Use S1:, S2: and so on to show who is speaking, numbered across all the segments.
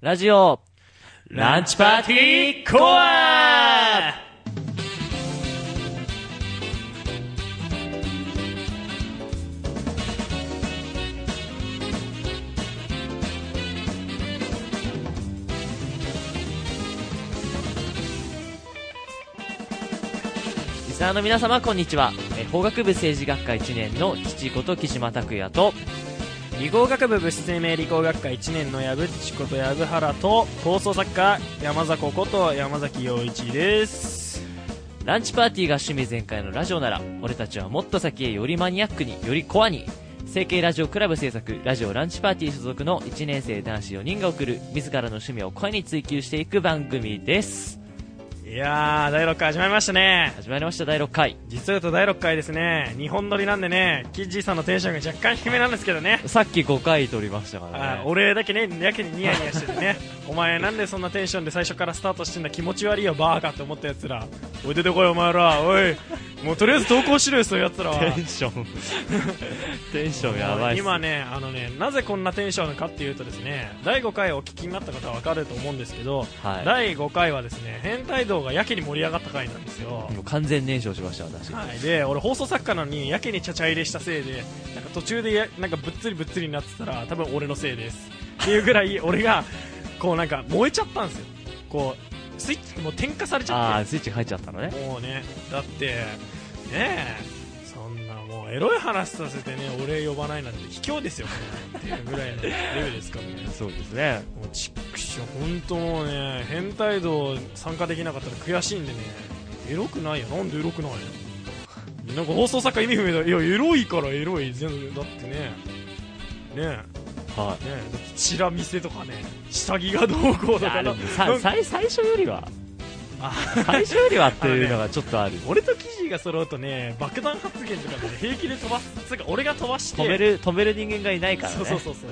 S1: ラジオ、ランチパーティーコアリスナーの皆様、こんにちは。えー法学部政治学科1年の父こと木島拓也と、
S2: 理工学部物質生命理工学科1年の藪ちこと藪原と放送作家山迫こと山崎陽一です
S1: ランチパーティーが趣味全開のラジオなら、俺たちはもっと先へよりマニアックに、よりコアに、成形ラジオクラブ制作、ラジオランチパーティー所属の1年生男子4人が送る、自らの趣味を声に追求していく番組です。
S2: いやー第6回始まりましたね
S1: 始まりました、第6回。
S2: 実を言うと第6回ですね日本撮りなんでねキッジーさんのテンションが若干低めなんですけどね
S1: さっき5回撮りましたから
S2: あ
S1: ね。
S2: 俺だけねやけにニヤニヤしててね お前なんでそんなテンションで最初からスタートしてんだ気持ち悪いよバーカって思ったやつらおい出てこいお前らおいもうとりあえず投稿しろよそういうやつらは
S1: テンショ ン、テンションやばいっす。
S2: 今ねあのねなぜこんなテンションかっていうとですね第5回お聞きになった方は分かると思うんですけど、
S1: はい
S2: 第5回はですね変態道がやけに盛り上がった回なんですよ、
S1: もう完全燃焼しました、私。
S2: はい、で俺放送作家なのにやけにちゃちゃ入れしたせいでなんか途中でやなんかぶっつりぶっつりになってたら多分俺のせいですっていうぐらい俺がこうなんか燃えちゃったんですよこうスイッチもう点火されちゃ
S1: あ
S2: っ
S1: ー、スイッチ入っちゃったのね
S2: て。もうねだってねえそんなもうエロい話させてね俺呼ばないなんて卑怯ですよこんなのっていうぐらいのレベルですからね
S1: そうですね。
S2: もうちくしょう本当もうね変態道参加できなかったら悔しいんでねエロくないよなんでエロくないよなんか放送作家意味不明だいやエロいからエロい全部だってねねえね
S1: は
S2: えだってチラ見せとかね下着がどうこう
S1: い。
S2: だから
S1: あでもさ
S2: なんか
S1: 最最初よりは
S2: あ
S1: 最初よりはっていうのがちょっとある
S2: 俺と記事が揃うとね爆弾発言とかで、ね、平気で飛ばすつうか俺が飛ばして
S1: 止める止める人間がいないからね
S2: そうそうそうそう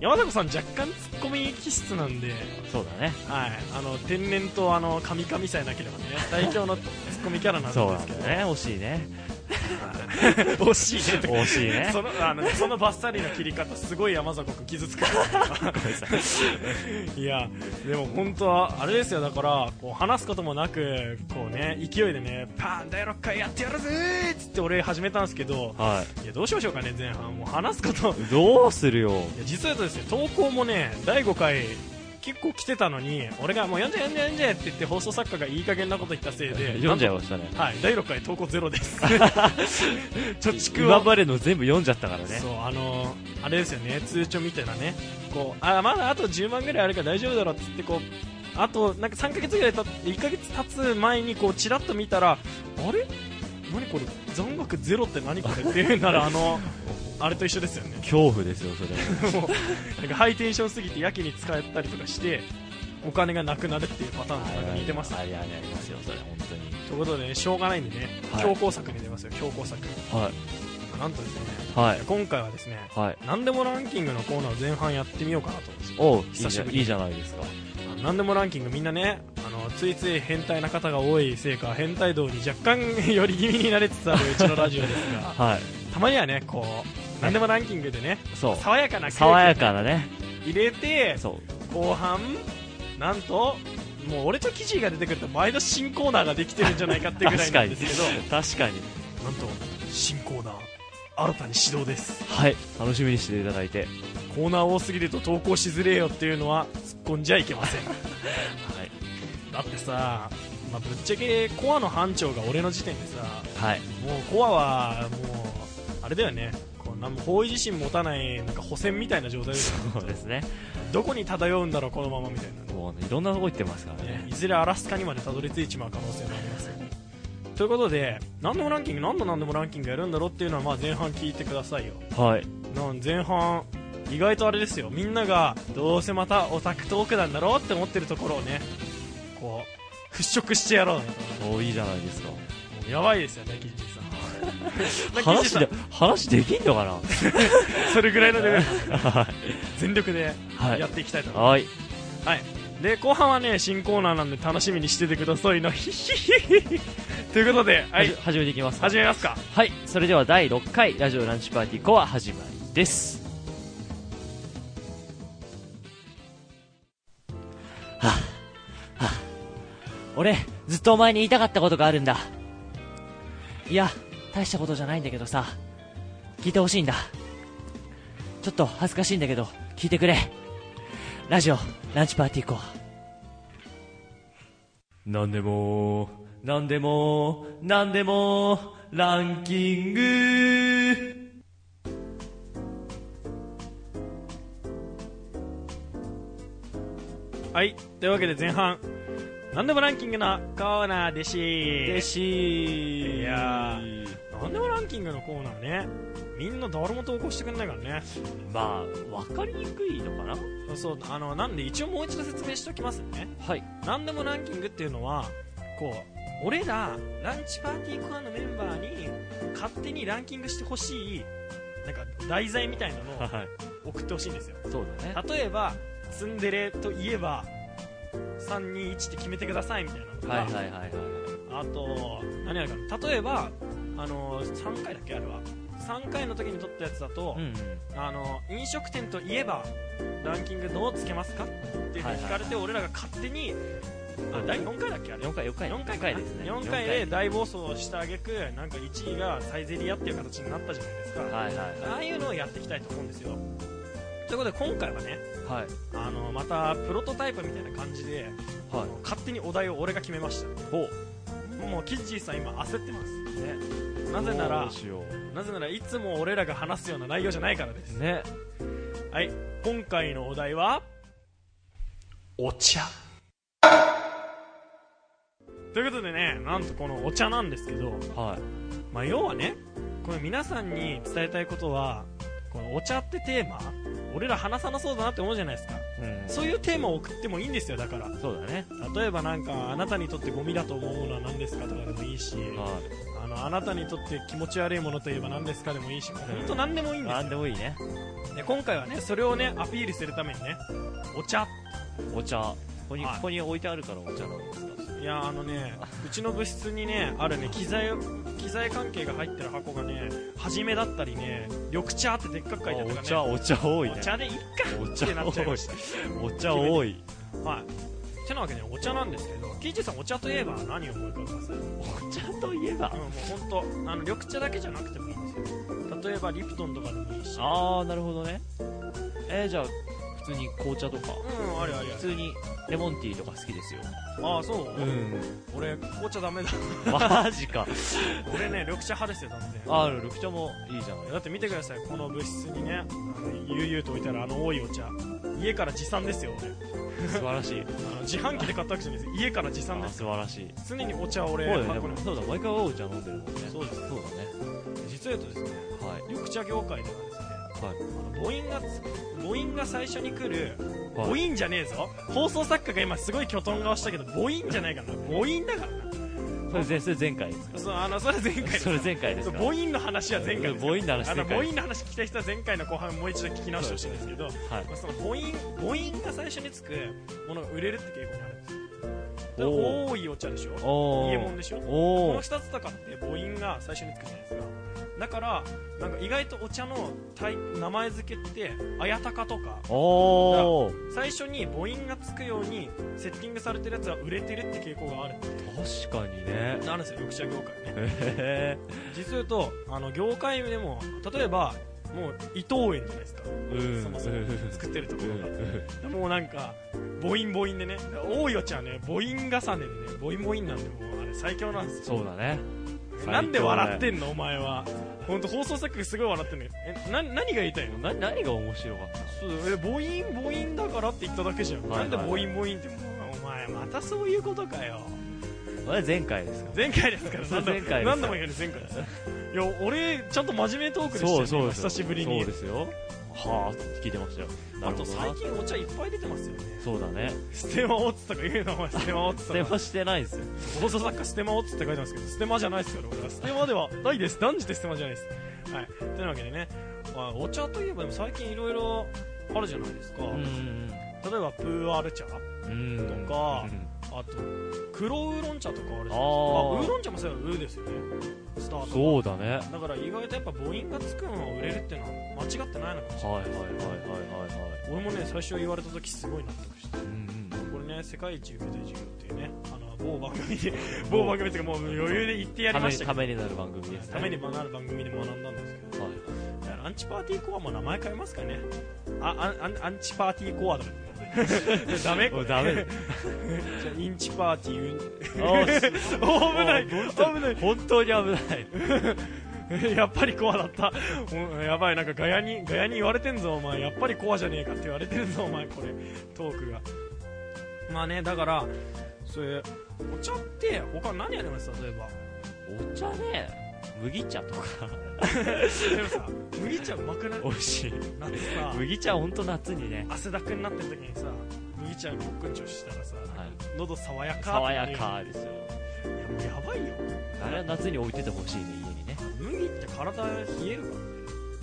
S2: 山迫さん若干ツッコミ気質なんで
S1: そうだね
S2: はい、あの天然とあの神々さえなければね代表のツッコミキャラなん
S1: そう
S2: で
S1: な
S2: す
S1: ん
S2: け
S1: だ
S2: ど
S1: よね惜しいね
S2: 惜しいねとか
S1: 惜しいね
S2: そのあのそのバッサリの切り方すごい山里君傷つく いやでも本当はあれですよだからこう話すこともなくこうね勢いでねパーン第6回やってやるぜーっつって俺始めたんですけど
S1: はい
S2: やどうしましょうかね前半もう話 すこと
S1: いどうするよ
S2: いや実はですね投稿もね第5回結構来てたのに俺がもう読んじゃえ読んじゃえ読んじゃえって言って放送作家がいい加減なこと言ったせい で
S1: 読んじゃい
S2: なん
S1: ましたね
S2: とはい第6回投稿ゼロです 貯蓄
S1: 今
S2: を
S1: までの全部読んじゃったからね
S2: そうあのーあれですよね通帳みたいなねこうあまだあと10万ぐらいあるから大丈夫だろっつってこうあとなんか3ヶ月ぐらい経って1ヶ月経つ前にこうチラッと見たらあれ何これ残額ゼロって何これっていうなら あのあれと一緒ですよね
S1: 恐怖ですよそれ
S2: もうなんかハイテンションすぎてやけに使ったりとかしてお金がなくなるっていうパターンとなんか似てますね
S1: あれあれありますよそれ本当に
S2: ということで、ね、しょうがないんでね、
S1: はい
S2: 強行策に出ますよ強行策
S1: はい
S2: なんとですね
S1: はい
S2: 今回はですね
S1: はい
S2: 何でもランキングのコーナーを前半やってみようかなと思うんですよ
S1: おういい
S2: 久
S1: じ
S2: し
S1: ゃ
S2: ぶり
S1: いいじゃないですか
S2: あの何でもランキングみんなねあのついつい変態な方が多いせいか変態道に若干より気味になれつつあるうちのラジオですが
S1: はい
S2: たまにはねこう何でもランキングでね
S1: そう
S2: 爽やかな空気
S1: 爽やかなね
S2: 入れて
S1: そう
S2: 後半なんともう俺と記事が出てくると毎度新コーナーができてるんじゃないかっていうぐらい
S1: 確
S2: な
S1: か
S2: ん
S1: に
S2: ですけど
S1: 確かに
S2: なんと新コーナー新たに始動です
S1: はい楽しみにしていただいて
S2: コーナー多すぎると投稿しづれえよっていうのは突っ込んじゃいけま せん
S1: はい
S2: だってさ、まあ、ぶっちゃけコアの班長が俺の時点でさ
S1: はい
S2: もうコアはもうあれだよねこうなんも方位自身持たないなんか補選みたいな状態ですよ
S1: そうですね
S2: どこに漂うんだろうこのままみたいな
S1: もうねいろんなとこ行ってますから
S2: ね
S1: ね
S2: いずれアラスカにまでたどり着いちまう可能性もありますということで何でもランキング何度何でもランキングやるんだろうっていうのはまあ前半聞いてくださいよ
S1: はい
S2: なん前半意外とあれですよみんながどうせまたオタクトークなんだろうって思ってるところをねこう払拭してやろうね
S1: おいいじゃないですか
S2: もうやばいですよねキッチンさんまあキッチン
S1: 話
S2: さ
S1: で
S2: ん
S1: 話できんのかな
S2: それぐらいのレベル
S1: は
S2: 全力で
S1: はい
S2: やっていきたいと
S1: い
S2: 思いま
S1: はい
S2: す、はいで後半はね新コーナーなんで楽しみにしててくださいなひひひひひということで、は
S1: はいじ、始めていきます
S2: 始めますか
S1: はいそれでは第6回ラジオランチパーティーコア始まりです俺、ずっとお前に言いたかったことがあるんだ。いや、大したことじゃないんだけどさ、聞いてほしいんだ。ちょっと恥ずかしいんだけど、聞いてくれ。ラジオ、ランチパーティー行こう。なんでも、なんでも、なんでも、ランキング。
S2: はい、というわけで前半、なんでもランキングのコーナーでし
S1: でし
S2: いやなんでもランキングのコーナーね、みんな誰も投稿してくれないからね。
S1: まあ、わかりにくいのかな
S2: そうそう、あの、なんで一応もう一度説明しておきますね。
S1: はい。
S2: なんでもランキングっていうのは、こう、俺ら、ランチパーティーコアのメンバーに、勝手にランキングしてほしい、なんか、題材みたいなのを
S1: はい。
S2: 送ってほしいんですよ。
S1: そうだね。
S2: 例えば、ツンデレといえば、321って決めてくださいみたいなのとか、
S1: はいはいはいはい。
S2: あと、何やるかな、例えば、あの3回だっけ、あれは。3回の時に撮ったやつだと、
S1: うんうん。
S2: あの飲食店といえば、ランキングどうつけますかっていうふうに聞かれて、俺らが勝手に、あ、第4回だっけ、あれ。
S1: 4回、4回。
S2: 4
S1: 四
S2: 回かな
S1: ですね。
S2: 4回で大暴走した挙句なんか1位がサイゼリアっていう形になったじゃないですか、
S1: 四回はいはい
S2: ああいうのをやっていきたいと思うんですよということで今回はね
S1: はい。
S2: あのまたプロトタイプみたいな感じで、
S1: はい。
S2: 勝手にお題を俺が決めました
S1: ほ
S2: もうキッジーさん今焦ってます
S1: ね。
S2: なぜな
S1: ど
S2: ら
S1: うしよう
S2: なぜならいつも俺らが話すような内容じゃないからです
S1: ね。
S2: はい今回のお題はお茶ということでねなんとこのお茶なんですけど
S1: は
S2: まあ、要はねこれ皆さんに伝えたいことはこのお茶ってテーマ俺ら話さなそうだなって思うじゃないですか
S1: い。うん。
S2: そういうテーマを送ってもいいんですよだから
S1: そうだね。
S2: 例えばなんかあなたにとってゴミだと思うものは何ですかとかでもいいし
S1: は
S2: あのあなたにとって気持ち悪いものといえば何ですかでもいいしもうほんと何でもいい
S1: い。
S2: んです
S1: な
S2: よ
S1: んでもいいね。
S2: で今回はねそれをねアピールするためにねお茶
S1: お茶。ここに、
S2: はい
S1: ここに置いてあるからお茶なんですか。
S2: いやーあのねうちの部室にねあるね機材機材関係が入ってる箱がね初めだったりね緑茶ってでっかく書いてあったからね
S1: お茶、お茶多いね
S2: お。茶でいっか
S1: お茶
S2: ってなっちゃいました
S1: お茶多い。
S2: はいてなわけでお茶なんですけどキイチさんお茶といえば何を思い浮かべますうんも
S1: お茶といえば
S2: う。本当あの緑茶だけじゃなくてもいいんですよ例えばリプトンとかでもいいし
S1: あー、なるほどね。えー、じゃあ、普通に紅茶とか。
S2: うんあるあるあ
S1: 普
S2: る
S1: 通にレモンティーとか好きですよ。
S2: ああそう、
S1: ん。
S2: 俺紅茶ダメだ
S1: マジか。
S2: 俺ね緑茶派ですよ完全に
S1: あー、緑茶もいいじゃない。
S2: だって見てくださいこの物質にねあの悠々と置いてあるあの多いお茶家から持参ですよ俺
S1: 素晴らしい。
S2: あの自販機で買ったわけじゃないです家から持
S1: あ
S2: 参で
S1: ー
S2: す
S1: 素晴らしい。
S2: 常にお茶を
S1: そ
S2: 俺
S1: うだよね。
S2: 箱
S1: で
S2: に
S1: もそうだ、毎回お茶飲んでるもんね。
S2: そうです
S1: そう
S2: 実を言うとですね
S1: だね。はい。
S2: 緑茶業界ではですね
S1: はい。
S2: 母音がつ母音が最初に来る
S1: はい
S2: 母音じゃねえぞ放送作家が今すごいキョトン顔したけど母音じゃないからな母音だからな
S1: それ前それ前回ですか
S2: そうあのそれは前回です
S1: それ前回です
S2: そう
S1: か
S2: 母音の話は前回です
S1: 母音の話
S2: あ
S1: 前
S2: の
S1: 回
S2: 母音の話聞きたい人は前回の後半もう一度聞き直してほしいんですけど
S1: はい
S2: まあその母音母音が最初につくものが売れるって傾向にあるんですだから
S1: お
S2: 多いお茶でしょ
S1: お
S2: 家もんでしょこ
S1: お
S2: の
S1: ー
S2: 2つとかって母音が最初につくじゃないですかだからなんか意外とお茶のタイ名前付けって綾鷹とか
S1: おー
S2: 最初に母音がつくようにセッティングされてるやつは売れてるって傾向がある
S1: 確かにね
S2: なんですよ緑茶業界ね
S1: へ
S2: 実を言うとあの業界でも例えばもう伊藤園じゃないですか
S1: えうん
S2: そもそも作ってるとこ
S1: うん
S2: ろがもうなんか母音母音でね多いお茶はね母音重ねでね母音母音なんでもうあれ最強なんですよ
S1: そうだね
S2: なんで笑ってんのお前は本当放送作家すごい笑ってんのよえな何が言いたいの
S1: な何が面白かった
S2: そうえ母音母音だからって言っただけじゃん、
S1: はいはい
S2: なんで母音母音ってもうお前またそういうことかよ
S1: あれ前回ですか
S2: 前回ですから
S1: そう
S2: 何度も
S1: 前回です
S2: 何度も言うように前回ですいや俺ちゃんと真面目トークでしたよ、ね、今久しぶりに
S1: そうですよはあと聞いてましたよな
S2: あ
S1: るほ
S2: と
S1: ど
S2: 最
S1: な
S2: 近お茶いっぱい出てますよね
S1: そうだね
S2: ステマオッツとか言うのお前ステマオッツ
S1: 捨
S2: と
S1: て
S2: か
S1: はしてないですよ
S2: 放送作家ステマオッツって書いてますけどステマじゃないですよ俺はステマではないです断じてステマじゃないですはいというわけでね、まあ、お茶といえばでも最近いろいろあるじゃないですか、
S1: う
S2: 例
S1: ん
S2: えばプーアール茶
S1: うん
S2: とか
S1: うん
S2: あと黒ウーロン茶とかあるじゃないですか
S1: あ
S2: あ
S1: ー
S2: ウーロン茶もそうやウーですよねスタートが
S1: そうだね
S2: だから意外とやっぱ母音がつくのは売れるってのは間違ってないのかもしれな
S1: はいはいはいは
S2: い
S1: いはいはい
S2: 俺もね最初言われた時すごい納得して
S1: うんうん
S2: これねね世界一受けたい授業っていうねあの某番組で某番組っていうかもう余裕で言ってやり
S1: た
S2: ま
S1: め
S2: し
S1: にた
S2: たけど
S1: めになる番組ですね
S2: ために学んだ番組で学んだんですけど
S1: はい
S2: いやランチパーティーコアも名前変えますかねああんアンチパーティーコアだ ダメこ
S1: も
S2: れ
S1: うダメだ
S2: じゃあインチパーティーうん
S1: おーす
S2: お危ない
S1: お
S2: 危ない
S1: 本当に危ない
S2: やっぱりコアだったおやばいなんかガヤにガヤに言われてんぞお前やっぱりコアじゃねえかって言われてるぞお前これトークがまあねだからそういうお茶って他何やります例えば
S1: お茶ね麦茶 とか
S2: でもさ麦茶うまくない
S1: 美味しい
S2: なんでさ
S1: 麦茶本当夏にね
S2: 汗だくになってる時にさ麦茶ごっくんちょしたらさ、
S1: はい
S2: 喉爽やかってな
S1: 爽
S2: るよね
S1: やかですよ
S2: いやもうやばいよ
S1: あれは夏に置いててほしいね家にね
S2: 麦って体冷えるからね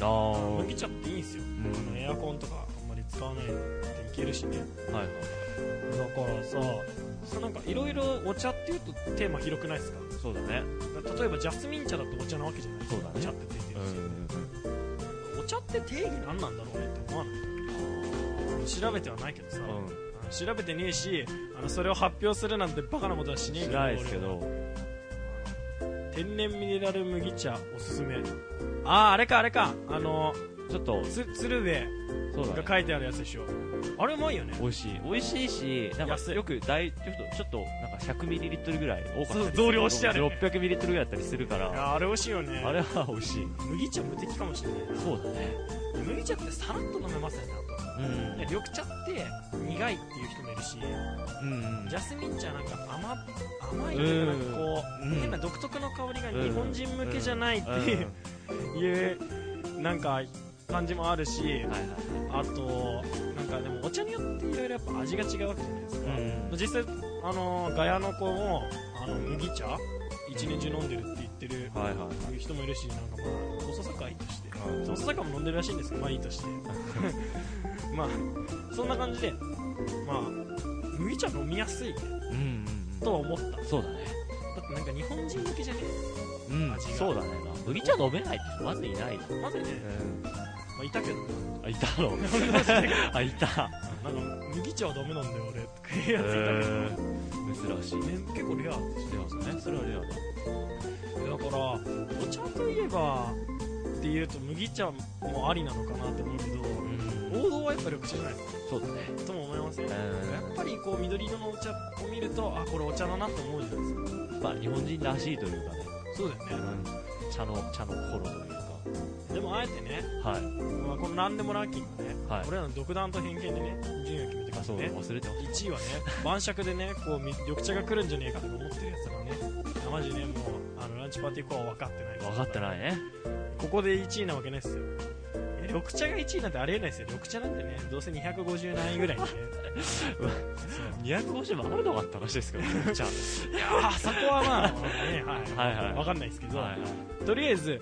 S1: ああ
S2: 麦茶っていいんすよ、
S1: ん
S2: あのエアコンとかあんまり使わないでいけるしね
S1: はいはい
S2: だからささなんかいろいろお茶っていうとテーマ広くないですか
S1: そうだね
S2: だから例えばジャスミン茶だってお茶なわけじゃない
S1: そうだね
S2: お茶ってついてるし、お茶って定義何なんだろうねって思わない調べてはないけどさ、
S1: うん
S2: あの調べてねえしあのそれを発表するなんてバカなことはしねえ
S1: 知
S2: け
S1: ら
S2: ど
S1: ないですけど
S2: 俺天然ミネラル麦茶おすすめあああれかあれかあの
S1: ちょっと
S2: つ鶴瓶
S1: そうだ
S2: が
S1: ね
S2: 書いてあるやつでしょあれうまいよね
S1: 美味しい美味しいしなん
S2: 安
S1: か
S2: い
S1: よく大ちょっとちょっとなんか100ミリリットルぐらい多かったり
S2: そう増量してあるよね
S1: 600ミリリットルぐらいだったりするか
S2: い
S1: ら
S2: やあれ美味しいよね
S1: あれは美味しい
S2: 麦茶無敵かもしれないな
S1: そうだね
S2: 麦茶ってさらっと飲めますよねあと
S1: う
S2: いや
S1: ん
S2: 緑茶って苦いっていう人もいるし
S1: うん
S2: ジャスミン茶なんか甘甘いと
S1: う
S2: い
S1: ん
S2: うかなんかこう、
S1: うん
S2: 変な独特の香りが
S1: うん
S2: 日本人向けじゃないっていう,、いうなんか感じもあるし
S1: はい
S2: あとなんかでもお茶によっていろいろやっぱ味が違うわけじゃないですか、
S1: うん
S2: 実際あのガヤの子もあの麦茶一年中飲んでるって言ってる
S1: はいはいはい
S2: 人もいるしなんかまあ細坂いいとして細坂も飲んでるらしいんですけどまあい いとしてまあそんな感じでまあ麦茶飲みやすい
S1: うんうん
S2: とは思っただ
S1: うんそうだね
S2: ってなんか日本人向けじゃね
S1: うん
S2: 味が
S1: そうだねまあ麦茶飲めないって人まずいない
S2: まずいね、
S1: うん
S2: まあ、いたけど
S1: あいたのあいた
S2: なんか麦茶はダメなんだよ俺って
S1: へ
S2: いうやついたけど、
S1: ー珍しい
S2: ね結構レア
S1: レアだねそれはレアだ
S2: だからお茶といえばっていうと麦茶もありなのかなって思うけど王道はやっぱ緑茶じゃないです
S1: そうだね
S2: かとも思いません、やっ
S1: う
S2: ぱりこう緑色のお茶を見るとあこれお茶だなって思うじゃないですか
S1: んまあ日本人らしいというかね
S2: そうだよね、
S1: 茶の茶の頃という
S2: でもあえてね、
S1: かはい
S2: まあ、この何でもランキングね、
S1: はい
S2: 俺らの独断と偏見でね順位を決めて
S1: あ
S2: ます
S1: そう
S2: ね
S1: 忘れてまし
S2: 1位はね晩酌でねこうみ緑茶が来るんじゃねえかとか思ってるやつらねあマジねもうあのランチパーティーコアは分かってない
S1: た分かってないね
S2: ここで1位なわけないっすよえ緑茶が1位なんてありえないですよ緑茶なんてねどうせ250何位ぐら いにね
S1: 250もあるのかって話ですけ ど茶
S2: いやーそこはまあねはい、
S1: はいはい
S2: 分かんないですけど、
S1: はい
S2: とりあえず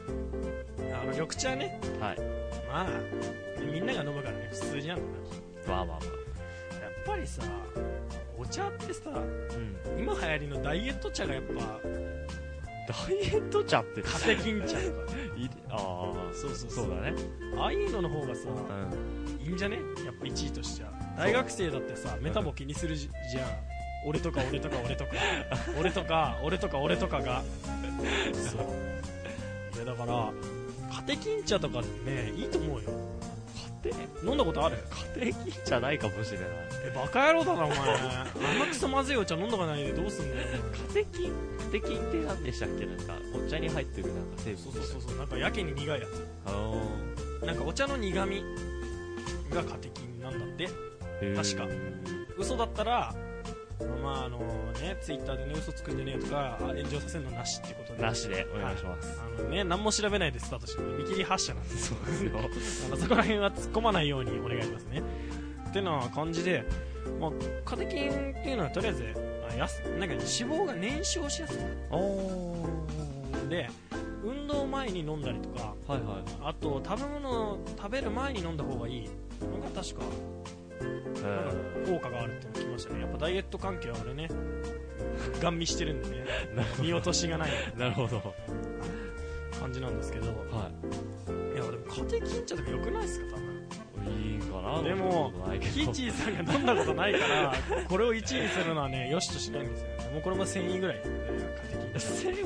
S2: あの緑茶ね
S1: はい
S2: まあみんなが飲むからね普通じゃんや
S1: まあまあまあ
S2: っぱりさお茶ってさ
S1: うん
S2: 今流行りのダイエット茶がやっぱ
S1: ダイエット茶って
S2: カテキン茶とか
S1: いいああ
S2: そうそう
S1: そうだね
S2: ああいうのの方がさ
S1: うん
S2: いいんじゃねやっぱ1位としては大学生だってさメタボ気にするじじゃん俺とか俺とか俺 とか俺とか俺とか俺とかがそういやだからカテキン茶とかねいいと思うよ
S1: 家庭
S2: 飲んだことある
S1: 家庭金じゃないかもしれない
S2: えバカ野郎だなお前あんなクソまずいお茶飲んだことないでどうすんだよ
S1: 家庭金家庭金って何でしたっけなんかお茶に入ってるなんか成分
S2: そうそうそうそうなんかやけに苦いや
S1: あの
S2: つなんかお茶の苦味がカテキンなんだって
S1: ー
S2: 確か嘘だったらまああのねツイッターでね嘘つくんじゃねえよとかあ炎上させるのなしってことで
S1: なしでお願いします
S2: あのね何も調べないでスタートしてる見切り発車なんで
S1: そうですよ
S2: あの そこら辺は突っ込まないようにお願いしますねってのは感じで、まあ、カテキンっていうのはとりあえずあやすなんか脂肪が燃焼しやすい
S1: お
S2: で運動前に飲んだりとか
S1: はいはい
S2: あと食べ物を食べる前に飲んだ方がいいのが確かなんか効果があるって聞きましたねやっぱダイエット関係は俺ねガン見してるんでね
S1: なるほ
S2: 見落としがない
S1: どなるほど
S2: 感じなんですけどい
S1: は
S2: やでもカテキン茶でもよくないですか多分
S1: いいいかな
S2: でも
S1: そんなこと ないけど
S2: キーチーさんが飲んだことないからこれを1位にするのはねよしとしないんですよねもうこれも1000位ぐらいですよね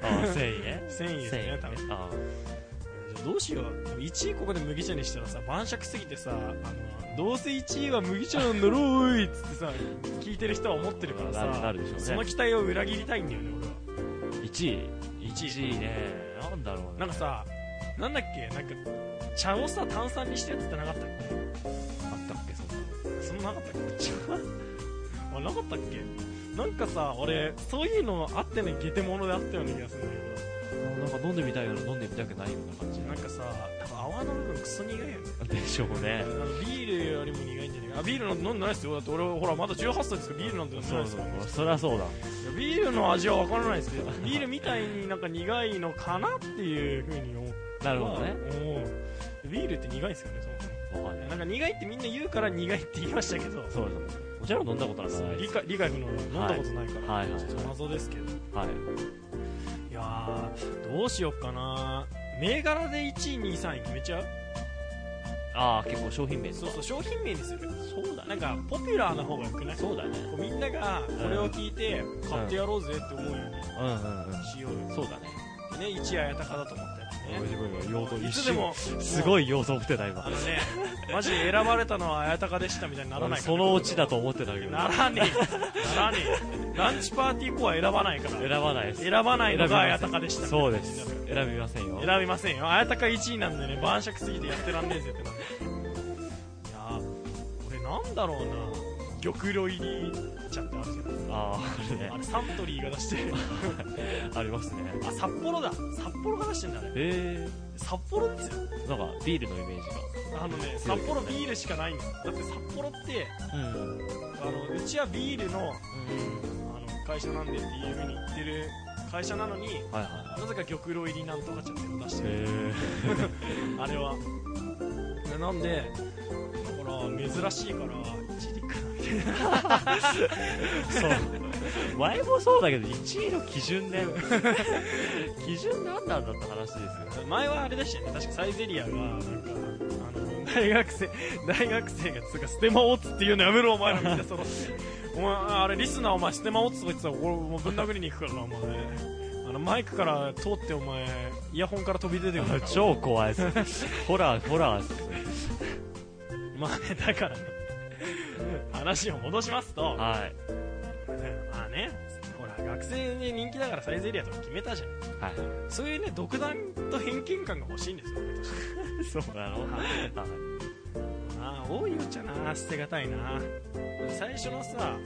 S2: 価格的に
S1: せんああせんね
S2: 1000位ですね多分
S1: ねあ
S2: じゃあどうしようでも1位ここで麦茶にしたらさ晩酌すぎてさあのどうせ1位は麦茶なんだろういっつってさ聞いてる人は思ってるからさ
S1: なるなるでしょうね
S2: その期待を裏切りたいんだよね俺は
S1: あ1位
S2: 一位
S1: 1位ねなんだろうね
S2: なんかさなんだっけなんか茶をさ炭酸にしてるってなかったっ
S1: あったっけそんなの
S2: けそんななかったっけ茶 あなかったっけなんかさ俺そういうのあってねゲテモノであったような気がするんだ
S1: なんか飲んでみたいような飲んでみたくないような感じ
S2: けどなんかさ多分泡の部分クソ苦いよね
S1: でしょう
S2: あ
S1: ね
S2: のビールよりも苦いんじゃないかあビールなんて飲んでないですよだって俺ほらまだ18歳ですからビールなんて飲んでな
S1: そ
S2: いうです
S1: そ
S2: から
S1: うそりゃそうだ
S2: いやビールの味は分からないです けどビールみたいになんか苦いのかなっていうふうに思う
S1: なるほどね
S2: うんビールって苦いですよねそもそも
S1: わかんない
S2: なんか苦いってみんな言うから苦いって言いましたけど、
S1: そうですねもちろん飲んだことはない
S2: 理解理解不能飲んだことないから、
S1: はいはいはい
S2: ちょっと謎ですけど、い
S1: はい
S2: やー、どうしよっかな、銘柄で1位、2位、3位決めちゃう
S1: ああ結構商品名
S2: そうそう、商品名にする、
S1: そうだ
S2: なんかポピュラーな方がよくない、
S1: そうだね
S2: こうみんながこれを聞いて、買ってやろうぜって思うように
S1: うんうんうん
S2: しようよ、
S1: そうだね
S2: ね、1位、あやたかだと思ったやつね。いつでも、
S1: すごい要素起きてた
S2: あ
S1: 今
S2: のね、マジで選ばれたのはあやたかでしたみたいにならないから
S1: そのオチだと思ってたけど
S2: な
S1: 選
S2: らねえ。ならねえ。ランチパーティーコア選ばないから。
S1: ばないです
S2: 選ばないのが綾鷹でした。
S1: そうです選びませんよ
S2: 選びませんよ。綾鷹1位なんでね、晩酌すぎてやってらんねえぜってなる。いやー、俺なんだろうな。玉露入り茶ってあるじゃ
S1: あああれ
S2: ん。
S1: ね
S2: あれサントリーが出してる。
S1: ありますね
S2: あ、札幌だ。札幌が出してんだね。
S1: え
S2: 札幌ですよ。
S1: えなんかビールのイメージ
S2: あのね、札幌ビールしかないんですだって札幌って、
S1: がうん
S2: あの、うちはビールの、あの、会社なんでっていう風に言ってる会社なのに、
S1: はいは
S2: なぜか玉露入りなんとか茶っていうのを出し
S1: い
S2: てる、
S1: へ
S2: あれはななんでだから珍しいから一リックなんて
S1: え そう前もそうだけど1位の基準ね 基準なんなんだって話ですよ
S2: 前はあれでしたよね確かサイゼリアがなんかあの大学生大学生がつうかステマオッツっていうのやめろお前らみんなそのお前あれリスナーお前ステマオッツとか言ってたら俺もうぶん殴りに行くからなお前あのマイクから通ってお前イヤホンから飛び出てくるから
S1: 超怖いですよ ホラーホラーですよ
S2: まあねだからね話を戻しますと、
S1: はい
S2: まあね、ほら、学生で人気だからサイゼリアとか決めたじゃん。
S1: はい
S2: そういうね、独断と偏見感が欲しいんですよ、俺とし て
S1: そうなのは
S2: ああ、多いお茶な、捨てがたいな。最初のさ、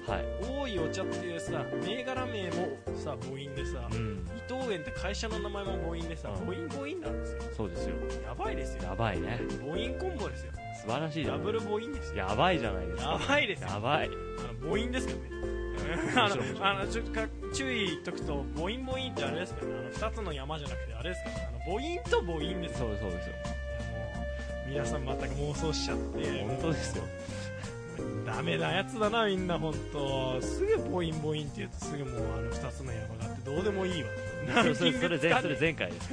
S1: い
S2: 多いお茶っていうさ、銘柄名もさ、母音でさ、
S1: うん
S2: 伊藤園って会社の名前も母音でさ、
S1: うん
S2: 母音母音なんですよ。
S1: そうですよ
S2: やばいですよ。
S1: やばいね
S2: 母音コンボですよ。
S1: 素晴らしいじゃ
S2: ダ
S1: ん
S2: ブル母音ですよ。
S1: やばいじゃないです
S2: や
S1: か
S2: ばいですよ。
S1: やばい
S2: あの母音ですけどね。
S1: ろん
S2: あ
S1: もちろん
S2: の、あのちょっとか注意言っとくと、母音母音ってあれですからね、あの二つの山じゃなくて、あれですからね、あの母音と母音ですよ。
S1: そうそうですよ
S2: もう皆さん全く妄想しちゃって、
S1: 本当ですよ
S2: ダメなやつだな、みんな、本当すぐ母音母音って言うと、すぐもうあの二つの山があって、どうでもいいわ。
S1: それそれそれ前それ
S2: 前
S1: 前回です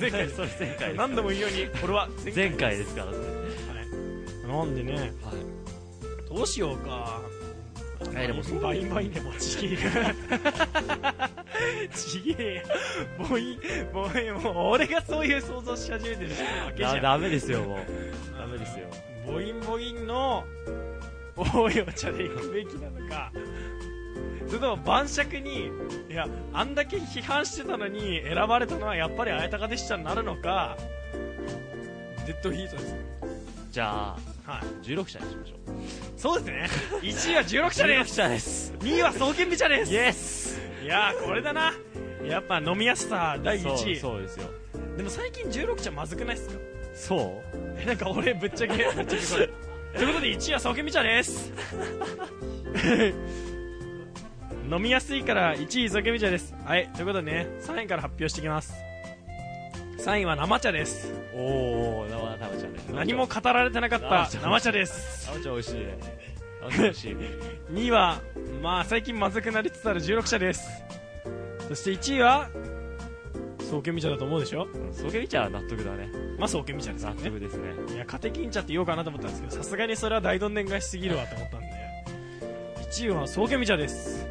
S2: 前回です
S1: それ前回です
S2: 何度も言うように、これは
S1: 前回
S2: で
S1: ですからそれは
S2: す。はいなんでね、どうしようか。
S1: いでもそう
S2: バインバインでもち げえよ。ちげえよ。ボイン、ボイン、もう俺がそういう想像し始めてるわけ
S1: い
S2: じゃ
S1: だ
S2: ん。
S1: ダメですよも うダメですよ。
S2: ボインボインの、多いお茶で行くべきなのか、それとも晩酌に、いや、あんだけ批判してたのに選ばれたのはやっぱり綾鷹でしたになるのか、デッドヒートです。
S1: じゃあ
S2: はい。
S1: 16社にしましょう
S2: そうですね。1位は16社 です。
S1: 社です
S2: 2位は総研美茶です。
S1: イエス
S2: いやーこれだなやっぱ飲みやすさ第
S1: そう
S2: 1位
S1: そうですよ
S2: でも最近16茶まずくないっすか
S1: そう
S2: えなんか俺ぶっちゃけ ぶっちゃけこれということで1位はソケミ茶です 飲みやすいから1位ソケミ茶ですはいということでね3位から発表していきます3位は生茶です
S1: おお生生茶ね
S2: 何も語られてなかった
S1: 生茶
S2: 生茶です
S1: 生茶美味しいね生茶美味しい
S2: 2位はまあ最近まずくなりつつある16茶ですそして1位は早慶見茶だと思うでしょ
S1: そうけ見ちゃ納得だね。
S2: まあ早慶見茶ですよ
S1: 納
S2: ね
S1: 得ですね。
S2: いやカテキン茶って言おうかなと思ったんですけどさすがにそれは大どんでん返しすぎるわと思ったんで1位は早慶見茶です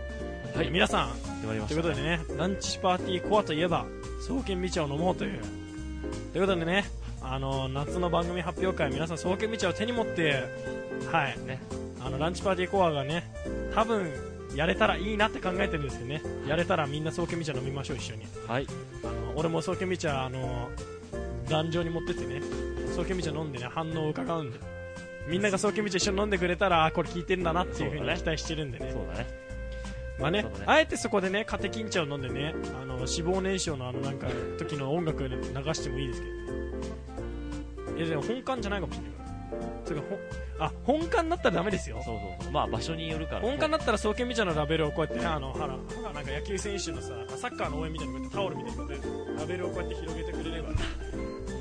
S1: はい、
S2: 皆さん
S1: 決まりま
S2: と
S1: し
S2: いう
S1: た。
S2: ことでね、ランチパーティーコアといえば、双剣美茶を飲もうという。ということでね、あの、夏の番組発表会、皆さん双剣美茶を手に持って、はい、
S1: ね
S2: あの、ランチパーティーコアがね、多分、やれたらいいなって考えてるんですよね。やれたらみんな双剣美茶飲みましょう、一緒に。
S1: はい。
S2: あの、俺も双剣美茶、あの、壇上に持ってってね、双剣美茶飲んでね、反応を伺うんで。みんなが双剣美茶一緒に飲んでくれたら、あこれ効いてんだなっていうふう
S1: そう
S2: に
S1: だね
S2: 期待してるんでね。
S1: そうだね。
S2: まあね
S1: そうだね
S2: あえてそこでね、カテキン茶を飲んでね、あの、死亡燃焼のあの、なんか、時の音楽流してもいいですけどね。いや、でも本館じゃないかもしれないから。つうか、ほん、あ、本館になったらダメですよ
S1: そう。そうそう。まあ場所によるから。
S2: 本館になったら、創建みたいなラベルをこうやってね、あの、ほら、ほらなんか野球選手のさ、サッカーの応援みたいにこうやってタオルみたいにこうやって、ラベルをこうやって広げてくれればね、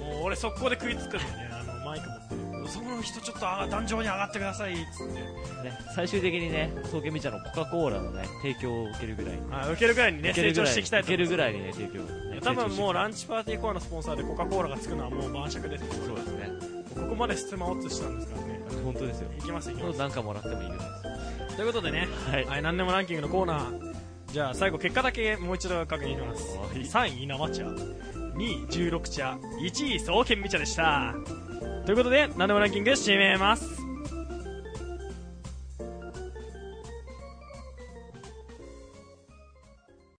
S2: もう俺速攻で食いつくんでね、あの、マイク持って。そこの人ちょっと、あ、壇上に上がってください、つって。
S1: ね、最終的にね、そうけ見ちゃのコカ・コーラのね、提供を受けるぐらいに。
S2: あ、受けるぐらいにね、
S1: 受ける
S2: 成
S1: ぐ
S2: 長
S1: ら
S2: していきたいと思います
S1: 受けるぐらいにね、提供をね。
S2: 多分もうラ
S1: ン
S2: ンチパーティーコアのスポンサーでコカ・コーラがつくのはもう晩酌ですこ
S1: そうですね。
S2: こまでステマオッズしたんですからね
S1: 本当ですよ。
S2: いきますいきます
S1: なんかもらってもいいぐらいです。
S2: ということでね
S1: はい。
S2: はい何でもランキングのコーナーじゃあ最後結果だけもう一度確認します
S1: はい
S2: 3位生茶2位16茶1位総健美茶でしたということで何でもランキング締めます